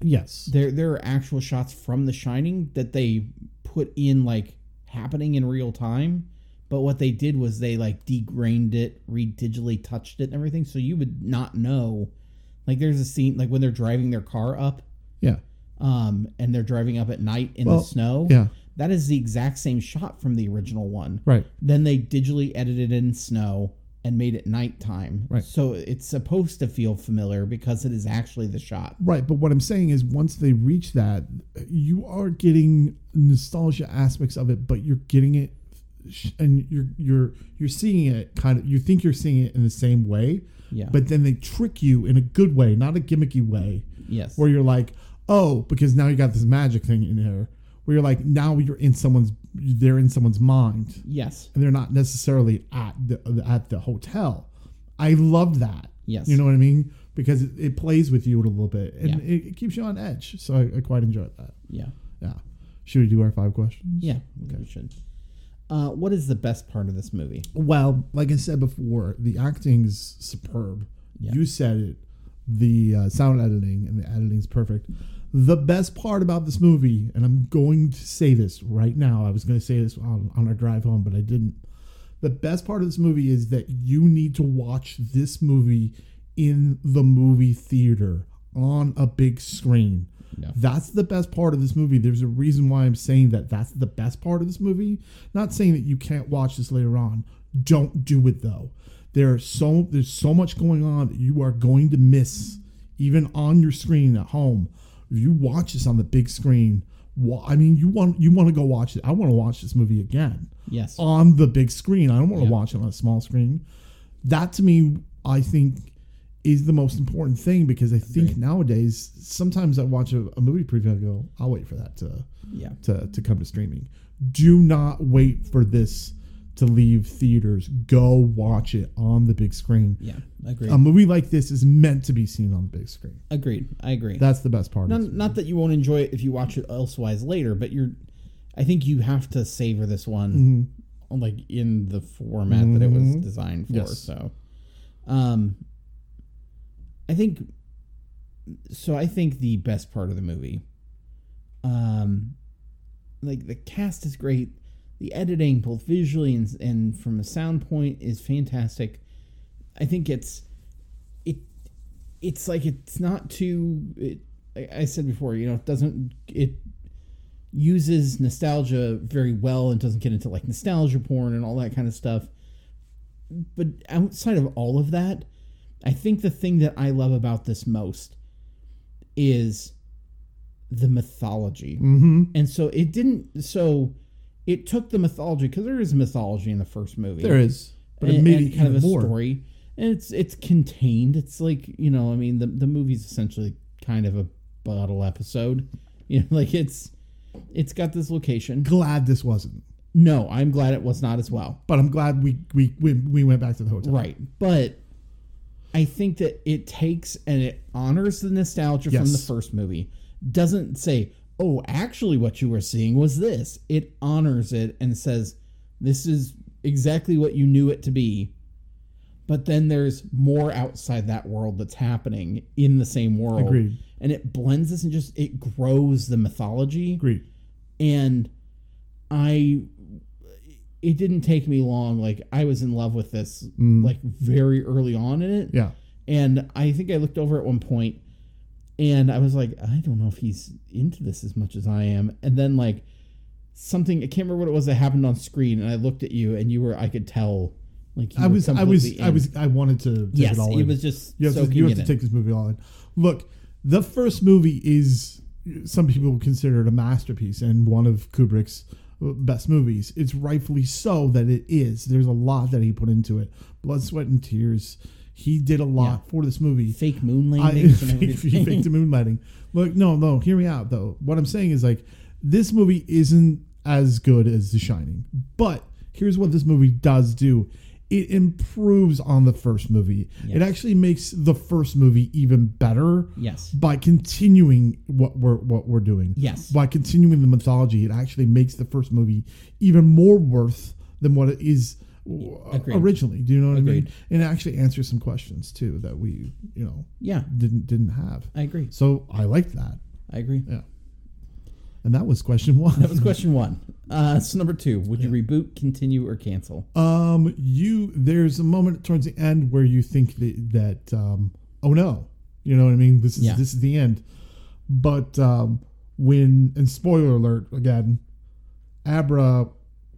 A: yes,
B: There, there are actual shots from The Shining that they put in like happening in real time. But what they did was they like degrained it, re-digitally touched it, and everything, so you would not know. Like, there's a scene like when they're driving their car up,
A: yeah,
B: um, and they're driving up at night in
A: Well,
B: the snow.
A: yeah,
B: that is the exact same shot from the original one.
A: right.
B: Then they digitally edited in snow and made it nighttime.
A: Right.
B: So it's supposed to feel familiar because it is actually the shot.
A: Right, but what I'm saying is once they reach that, you are getting nostalgia aspects of it, but you're getting it sh- and you're you're you're seeing it kind of you think you're seeing it in the same way,
B: Yeah.
A: but then they trick you in a good way, not a gimmicky way,
B: yes.
A: where you're like, "Oh, because now you got this magic thing in here." Where you're like, "Now you're in someone's they're in someone's mind."
B: yes.
A: And they're not necessarily at the at the hotel. I love that.
B: Yes.
A: You know what I mean? Because it, it plays with you a little bit and
B: Yeah.
A: it, it keeps you on edge. So I, I quite enjoyed that.
B: Yeah.
A: Yeah. Should we do our five questions?
B: Yeah. We should. Uh, what is the best part of this movie?
A: Well, like I said before, the acting is superb. You said it. The uh, sound editing and the editing is perfect. The best part about this movie, and I'm going to say this right now, I was going to say this on, on our drive home, but I didn't. The best part of this movie is that you need to watch this movie in the movie theater on a big screen.
B: Yeah.
A: That's the best part of this movie. There's a reason why I'm saying that that's the best part of this movie. Not saying that you can't watch this later on. Don't do it though. There are so there's so much going on that you are going to miss even on your screen at home. If you watch this on the big screen, wa- I mean you want you want to go watch it. I want to watch this movie again
B: Yes.
A: on the big screen. I don't want to watch it on a small screen. That to me, I think, is the most important thing because I think nowadays sometimes I watch a, a movie preview and I go, I'll wait for that to
B: Yeah.
A: to to come to streaming. Do not wait for this to leave theaters. Go watch it on the big screen.
B: Yeah. Agreed.
A: A movie like this is meant to be seen on the big screen.
B: agreed. I agree.
A: That's the best part. of
B: not,
A: this.
B: not that you won't enjoy it if you watch it elsewise later, but you're. I think you have to savor this one, like in the format that it was designed for.
A: Yes.
B: So, um, I think. So I think the best part of the movie, um, like the cast is great, the editing both visually and and from a sound point is fantastic. I think it's it it's like it's not too it, I- I said before, you know, it doesn't it uses nostalgia very well and doesn't get into like nostalgia porn and all that kind of stuff. But outside of all of that, I think the thing that I love about this most is the mythology. Mm-hmm. And so it didn't so it took the mythology because there is mythology in the first movie
A: there is, but it
B: and-
A: made
B: and
A: it kind of more.
B: story. And it's it's contained. It's like you know, I mean, the the movie's essentially kind of a bottle episode. You know, like it's it's got this location.
A: Glad this wasn't,
B: No, I'm glad it was not as well.
A: but I'm glad we we we, we went back to the hotel.
B: Right, but I think that it takes and it honors the nostalgia from the
A: Yes.
B: first movie. Doesn't say, "Oh, actually, what you were seeing was this." It honors it and says, "This is exactly what you knew it to be." But then there's more outside that world that's happening in the same world.
A: Agreed.
B: And it blends this and just it grows the mythology.
A: Agreed.
B: And I it didn't take me long. Like I was in love with this
A: Mm.
B: like very early on in it.
A: Yeah.
B: And I think I looked over at one point and I was like, I don't know if he's into this as much as I am. And then like something I can't remember what it was that happened on screen and I looked at you and you were I could tell like you
A: I
B: were
A: was, I was,
B: completely
A: I
B: in.
A: was, I wanted to take
B: yes,
A: it all
B: it
A: in.
B: was just
A: you have
B: soaking
A: to, you have
B: it
A: to
B: in.
A: take this movie all in. Look, the first movie is some people consider it a masterpiece and one of Kubrick's best movies. It's rightfully so that it is. There's a lot that he put into it. Blood, sweat, and tears. He did a lot for this movie.
B: fake moon
A: I
B: landings and
A: fake,
B: everything.
A: fake the moonlighting. Look, no, no, hear me out though. What I'm saying is like this movie isn't as good as The Shining, but here's what this movie does do. It improves on the first movie. It
B: Yes.
A: actually makes the first movie even better
B: Yes.
A: by continuing what we're what we're doing.
B: Yes.
A: By continuing the mythology, it actually makes the first movie even more worth than what it is w-
B: Agreed.
A: originally. Do you know what I mean?
B: Agreed.
A: And it actually answers some questions too that we, you know,
B: Yeah,
A: didn't didn't have.
B: I agree.
A: So I liked that.
B: I agree.
A: Yeah. And that was question one.
B: That was question one. Uh, so number two, would you reboot, continue, or cancel?
A: um you there's a moment towards the end where you think that, that um oh no. You know what I mean? This is
B: Yeah.
A: this is the end. But um when and spoiler alert again, Abra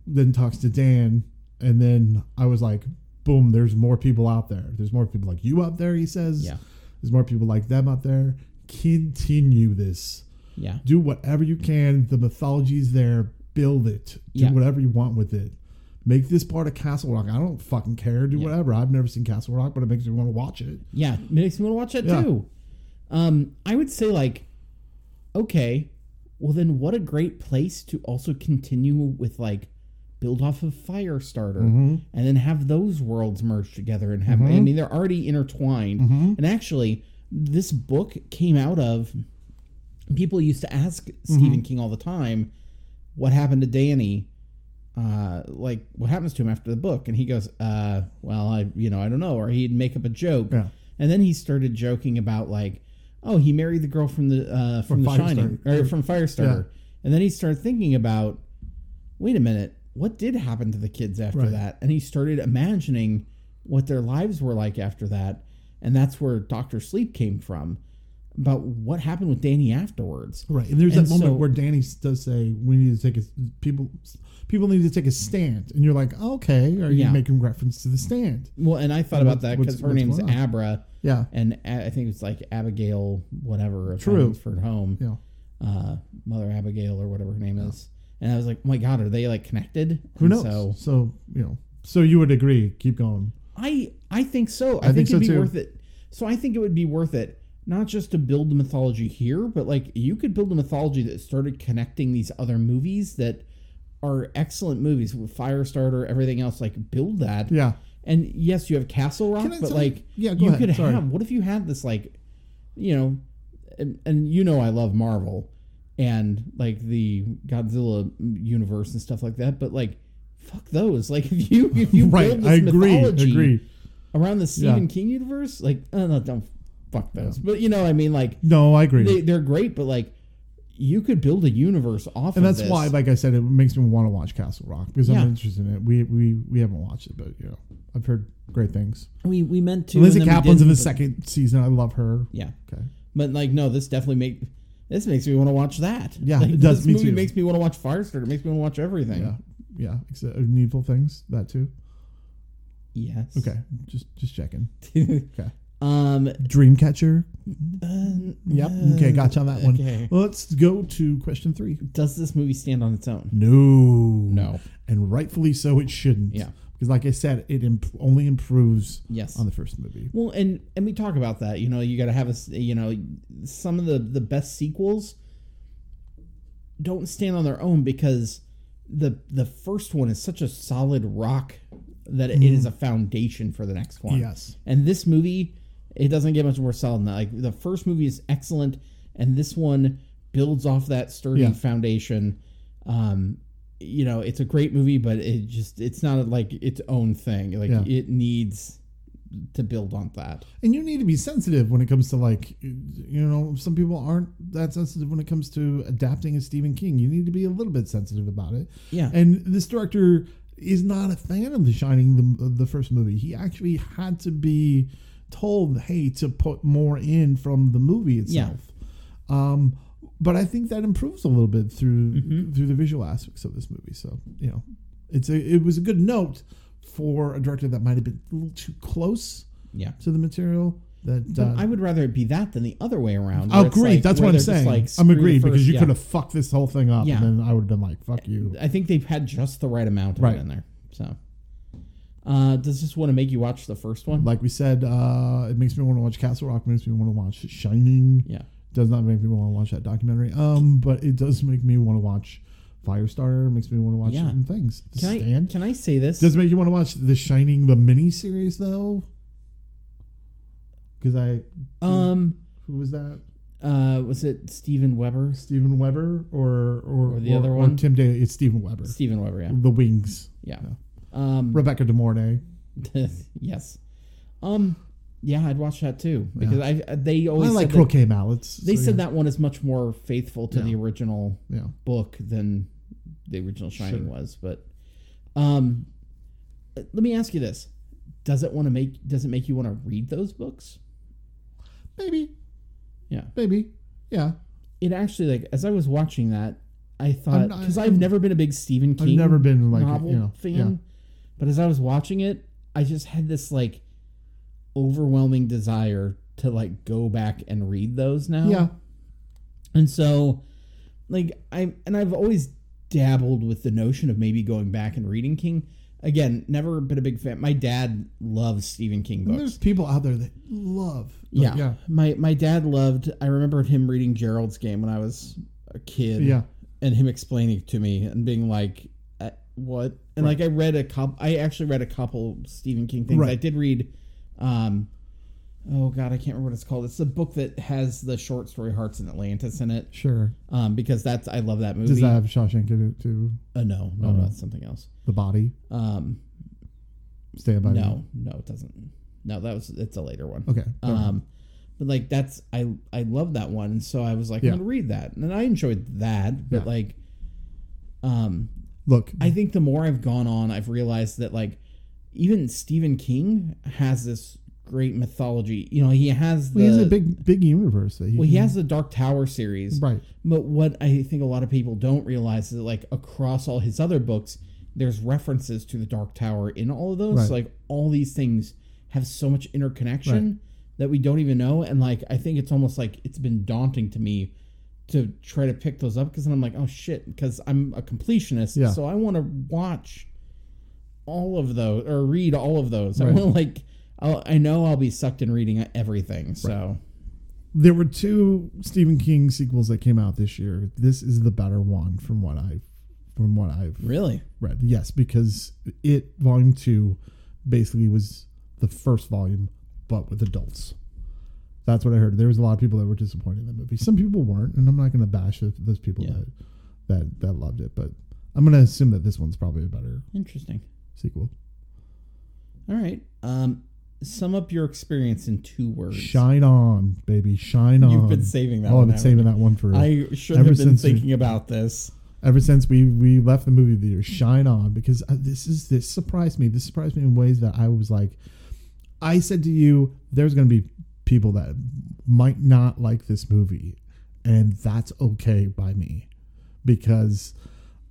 A: then talks to Dan and then I was like, boom, there's more people out there. There's more people like you out there, he says.
B: Yeah.
A: There's more people like them out there. Continue this.
B: Yeah,
A: do whatever you can. The mythology is there. Build it. Do
B: Yeah.
A: whatever you want with it. Make this part of Castle Rock. I don't fucking care. Do
B: Yeah.
A: whatever. I've never seen Castle Rock, but it makes me want to watch it.
B: yeah. Makes me want to watch that
A: Yeah.
B: too. Um, I would say like, okay, well then, what a great place to also continue with like build off of Firestarter, and then have those worlds merge together and have. I mean, they're already intertwined. And actually, this book came out of people used to ask
A: Mm-hmm.
B: Stephen King all the time, "What happened to Danny? Uh, like, what happens to him after the book?" And he goes, uh, "Well, I, you know, I don't know." Or he'd make up a joke,
A: Yeah.
B: and then he started joking about like, "Oh, he married the girl from the uh,
A: From
B: from, The
A: Firestarter.
B: Shining or from Firestarter," and then he started thinking about, "Wait a minute, what did happen to the kids after
A: Right.
B: that?" And he started imagining what their lives were like after that, and that's where Doctor Sleep came from. About what happened with Danny afterwards.
A: Right. And there's
B: And
A: that moment
B: so-
A: where Danny s- does say, "We need to take a people. People need to take a stand." And you're like, "Okay." Are you
B: Yeah.
A: making reference to the stand?
B: Well, and I thought about that
A: What's-
B: because her
A: what's
B: name's
A: going on?
B: Abra,
A: Yeah.
B: and A- I think it's like Abigail, whatever, of
A: True.
B: Huntingford Home,
A: Yeah.
B: uh, Mother Abigail or whatever her name is. And I was like, oh my god, are they like connected?
A: Who
B: And
A: knows?
B: So
A: So, you know. So you would agree. Keep going.
B: I I think so. I,
A: I think
B: think,
A: so,
B: it'd be
A: too.
B: worth it. So I think it would be worth it not just to build the mythology here, but like you could build a mythology that started connecting these other movies that are excellent movies with Firestarter, everything else. Like build that.
A: Yeah.
B: And yes, you have Castle Rock,
A: Can I
B: but
A: tell you-
B: like
A: Yeah, go
B: you
A: ahead.
B: could
A: Sorry.
B: have. What if you had this like, you know, and, and you know I love Marvel and like the Godzilla universe and stuff like that, but like fuck those. Like if you if you
A: right.
B: build this
A: I agree.
B: mythology
A: Agree.
B: around the Stephen
A: Yeah.
B: King universe, like oh no, don't fuck those. But you know what I mean like
A: No, I agree.
B: they they're great, but like you could build a universe off
A: and
B: of
A: that's
B: this.
A: why, like I said, it makes me want to watch Castle Rock because
B: Yeah.
A: I'm interested in it. We, we we haven't watched it, but you know, I've heard great things.
B: we we meant to
A: Lindsay
B: and then we
A: Kaplan's in the
B: didn't,
A: second season. I love her.
B: but- Yeah.
A: Okay,
B: But like, no, this definitely make this makes me want to watch that.
A: Yeah,
B: Like,
A: it does,
B: This
A: me
B: movie
A: too.
B: makes me want to watch Firestarter. It makes me want to watch everything.
A: yeah, yeah. Except needful things that too.
B: Yes.
A: Okay, just just checking. Okay,
B: um.
A: Dreamcatcher.
B: uh,
A: Yep. Okay, gotcha on that one.
B: Okay.
A: Well, let's go to question three.
B: Does this movie stand on its own?
A: No,
B: No.
A: and rightfully so. It shouldn't.
B: Yeah.
A: because like I said, it imp- only improves
B: Yes.
A: on the first movie.
B: Well, and and we talk about that. You know, you got to have a s- you know some of the the best sequels don't stand on their own because the the first one is such a solid rock that it
A: Mm.
B: is a foundation for the next one.
A: Yes.
B: And this movie, it doesn't get much more solid than that. Like the first movie is excellent, and this one builds off that sturdy
A: Yeah.
B: foundation. Um, you know, it's a great movie, but it just it's not like its own thing. Like
A: Yeah.
B: it needs to build on that.
A: And you need to be sensitive when it comes to like, you know, some people aren't that sensitive when it comes to adapting a Stephen King. You need to be a little bit sensitive about it.
B: Yeah.
A: And this director is not a fan of The Shining, the the first movie. He actually had to be told, hey, to put more in from the movie itself. Um, but I think that improves a little bit through through the visual aspects of this movie. So you know, it's a it was a good note for a director that might have been a little too close
B: Yeah.
A: to the material that
B: But
A: uh,
B: I would rather it be that than the other way around.
A: I
B: where it's
A: agree.
B: like-
A: That's
B: where
A: what I'm
B: they're
A: saying.
B: just like,
A: I'm
B: screw the
A: agreed because
B: first-
A: you
B: yeah.
A: could have fucked this whole thing up,
B: Yeah.
A: and then I would have been like, "Fuck you."
B: I think they've had just the right amount of
A: Right.
B: it in there. So, uh, does this want to make you watch the first one?
A: Like we said, uh, it makes me want to watch Castle Rock. Makes me want to watch Shining.
B: yeah.
A: Does not make me want to watch that documentary. Um, but it does make me want to watch Firestarter. Makes me want to watch
B: Yeah.
A: certain things. The
B: Can I
A: Stand.
B: can I say this?
A: Does it make you want to watch The Shining, the mini series though? Because I
B: um,
A: who was that?
B: uh, was it Steven Weber?
A: Stephen Weber or or,
B: Or the other one?
A: Tim Daly. It's Stephen Weber.
B: Steven Weber. Yeah.
A: The Wings.
B: Yeah. Um,
A: Rebecca De Mornay.
B: yes. Um. Yeah, I'd watch that too because I they
A: I
B: always
A: like
B: said that-
A: croquet mallets.
B: they
A: so
B: said
A: yeah,
B: that one is much more faithful to the original
A: Yeah.
B: book than the original Shining
A: Sure.
B: was. But um, let me ask you this: Does it want to make? Does it make you want to read those books?
A: Maybe.
B: Yeah.
A: Maybe. Yeah.
B: It actually like as I was watching that, I thought
A: I'm not-
B: because I've never been a big Stephen
A: I've
B: King
A: never been like
B: novel
A: you know.
B: fan,
A: Yeah.
B: but as I was watching it, I just had this like overwhelming desire to like go back and read those now.
A: Yeah.
B: And so, like, I and I've always dabbled with the notion of maybe going back and reading King. Again, never been a big fan. My dad loves Stephen King
A: And there's
B: books.
A: people out there that love. but
B: Yeah.
A: Yeah.
B: My my dad loved I remember him reading Gerald's Game when I was a kid.
A: Yeah.
B: And him explaining it to me and being like, uh, what? And like I read a couple I actually read a couple Stephen King things.
A: Right.
B: I did read um oh god, I can't remember what it's called. It's the book that has the short story Hearts in Atlantis in it
A: Sure.
B: um, because that's I love that movie.
A: Does that Oh, have Shawshank in it too?
B: uh, no, no, no, that's something else.
A: The body.
B: Um,
A: Stand by. Me.
B: no, no, it doesn't. No, that was it's a later one.
A: Okay.
B: Um, but like that's I I love that one, so I was like
A: Yeah.
B: I'm gonna read that, and I enjoyed that. But
A: Yeah.
B: like, um,
A: Look.
B: I think the more I've gone on, I've realized that like even Stephen King has this great mythology. You know, he has the
A: well, he has a big, big universe that he.
B: well, he
A: can-
B: has the Dark Tower series,
A: Right.
B: But what I think a lot of people don't realize is that, like, across all his other books, there's references to the Dark Tower in all of those.
A: Right.
B: So, like, all these things have so much interconnection that we don't even know. And, like, I think it's almost like it's been daunting to me to try to pick those up because then I'm like, oh shit, because I'm a completionist.
A: Yeah.
B: So, I want to watch all of those or read all of those. I
A: Right.
B: want to, like, I'll, I know I'll be sucked in reading everything. So,
A: There were two Stephen King sequels that came out this year. This is the better one, from what I, from what I've
B: really?
A: read. Yes, because it volume two basically was the first volume, but with adults. That's what I heard. There was a lot of people that were disappointed in that movie. Some people weren't, and I'm not going to bash th- those people
B: Yeah.
A: that that that loved it. But I'm going to assume that this one's probably a better
B: Interesting.
A: sequel.
B: All right. Um, sum up your experience in two words.
A: Shine on, baby, shine on.
B: You've been saving that
A: Oh,
B: one,
A: I've been
B: haven't
A: saving that one for
B: you? I should
A: Ever
B: have been
A: since you-
B: thinking about this.
A: ever since we we left the movie theater shine on because uh, this is this surprised me this surprised me in ways that i was like i said to you there's going to be people that might not like this movie and that's okay by me because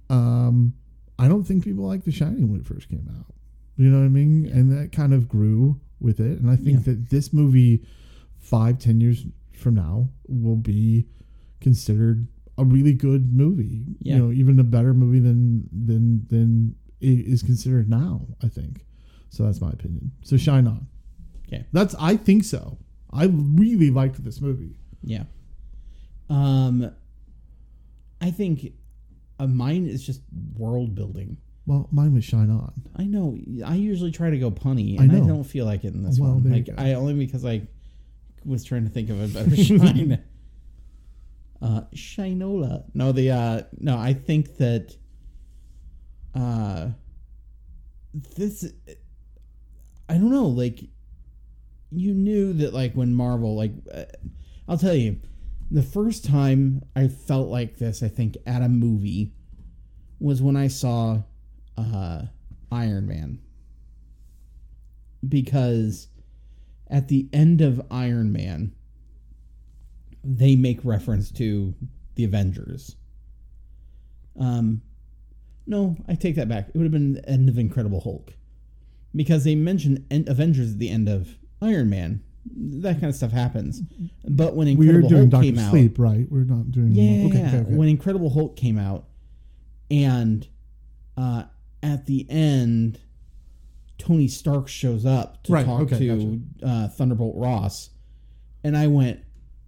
A: um i don't think people liked the shining when it first came out you know what i mean and that kind of grew with it and i think that this movie five ten years from now will be considered a really good movie.
B: Yeah.
A: You know, even a better movie than than than i- is considered now. I think. So that's my opinion. So shine on.
B: Okay.
A: That's I think so. I really liked this movie.
B: Yeah. Um, I think uh, mine is just world building.
A: Well, mine was Shine On.
B: I know. I usually try to go punny, and I,
A: know.
B: don't feel like it in this
A: Well,
B: one.
A: there you
B: Like
A: go.
B: I only because I was trying to think of a better shine. Uh, Shinola. No, the uh, no. I think that uh, this. I don't know. Like you knew that like when Marvel like uh, I'll tell you the first time I felt like this I think at a movie was when I saw uh Iron Man because at the end of Iron Man they make reference to the Avengers um no I take that back it would have been the end of Incredible Hulk because they mention en- Avengers at the end of Iron Man. That kind of stuff happens. But when
A: We were
B: Incredible
A: doing
B: Hulk
A: Doctor
B: came out,
A: Sleep, right? We're not doing.
B: yeah,
A: okay,
B: yeah,
A: okay, okay.
B: when Incredible Hulk came out, and uh, at the end, Tony Stark shows up to
A: Right,
B: talk
A: okay,
B: to uh, Thunderbolt Ross, and I went,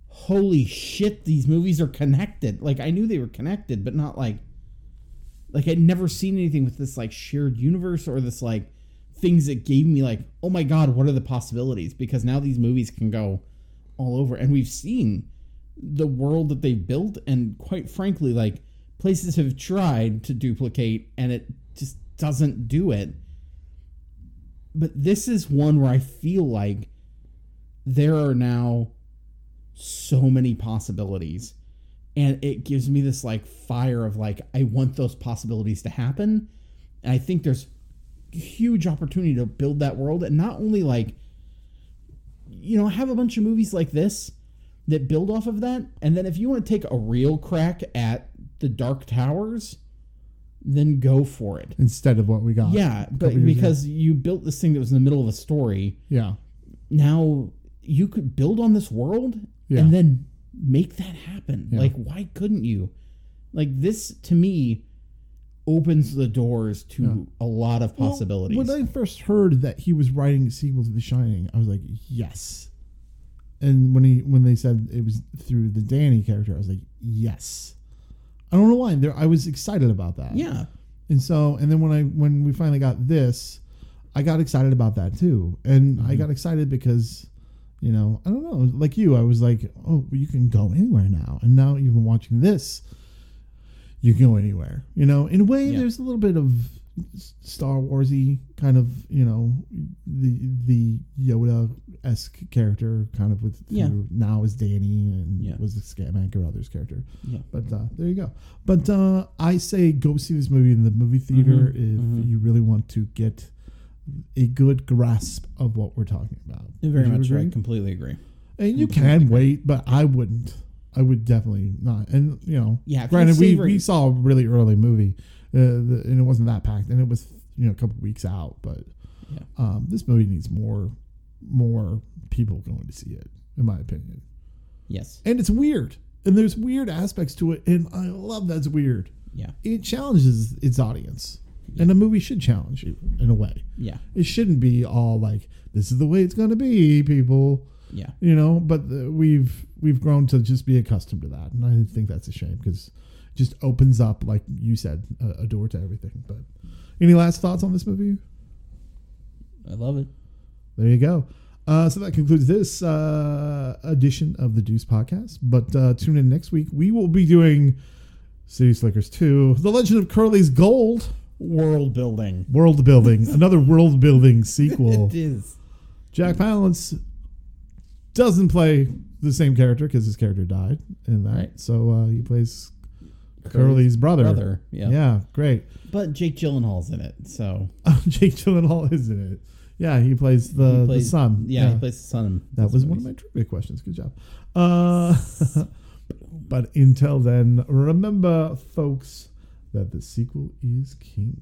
B: "Holy shit! These movies are connected." Like I knew they were connected, but not like like I'd never seen anything with this like shared universe or this like things that gave me like, oh my god, what are the possibilities? Because now these movies can go all over, and we've seen the world that they've built, and quite frankly, like places have tried to duplicate, and it just doesn't do it. But this is one where I feel like there are now so many possibilities and it gives me this like fire of like I want those possibilities to happen. And I think there's huge opportunity to build that world and not only like you know have a bunch of movies like this that build off of that and then if you want to take a real crack at the dark towers then go for it.
A: Instead of what we got. Uh,
B: Yeah,
A: couple
B: but
A: years ago.
B: because you built this thing that was in the middle of a story
A: Yeah.
B: now you could build on this world
A: Yeah.
B: and then make that happen.
A: Yeah.
B: Like, why couldn't you? Like, this to me opens the doors to a lot of
A: Well,
B: possibilities.
A: when I first heard that he was writing a sequel to The Shining, I was like, yes. And when he when they said it was through the Danny character, I was like, yes. I don't know why. There, I was excited about that.
B: yeah.
A: And so, and then when I when we finally got this, I got excited about that too. And
B: Mm-hmm.
A: I got excited because, you know, I don't know, like you, I was like, oh, you can go anywhere now. And now even watching this, you can go anywhere. You know, in a way,
B: Yeah.
A: there's a little bit of S- Star Warsy kind of, you know, the the Yoda esque character kind of with
B: Yeah.
A: through now is Danny and
B: Yeah.
A: was the Scamander Brothers character.
B: Yeah.
A: But uh, there you go. But uh, I say go see this movie in the movie theater
B: Mhm,
A: if
B: mhm.
A: you really want to get a good grasp of what we're talking about.
B: Very
A: Would you
B: much
A: agree?
B: right. Mm-hmm. Completely agree.
A: And you can wait, but I wouldn't. I would definitely not. And you know,
B: Yeah, if you're
A: granted, we,
B: savoring-
A: we saw a really early movie, uh, the, and it wasn't that packed, and it was you know a couple weeks out. But
B: Yeah.
A: um, this movie needs more more people going to see it, in my opinion.
B: Yes.
A: And it's weird, and there's weird aspects to it, and I love that's weird
B: Yeah.
A: it challenges its audience. And a movie should challenge you in a way.
B: Yeah.
A: It shouldn't be all like this is the way it's going to be, people,
B: Yeah.
A: you know, but uh, we've we've grown to just be accustomed to that. And I think that's a shame cuz just opens up like you said a, a door to everything. But any last thoughts on this movie?
B: I love it.
A: There you go. Uh, so that concludes this uh, edition of the Deuce Podcast. But uh, tune in next week. We will be doing City Slickers 2, The Legend of Curly's Gold.
B: World building.
A: World building, another world building sequel.
B: It is.
A: Jack Palance doesn't play the same character because his character died in that,
B: Right.
A: so uh, he plays Curly's brother.
B: brother. Yeah.
A: yeah, great.
B: But Jake Gyllenhaal's in it. So
A: Jake Gyllenhaal is in it. Yeah, he plays Uh, the,
B: he plays
A: the son.
B: Yeah, He plays the son. in
A: that was
B: those
A: one of
B: movies.
A: my trivia questions. Good job. Uh, but until then, remember, folks, that the sequel is king.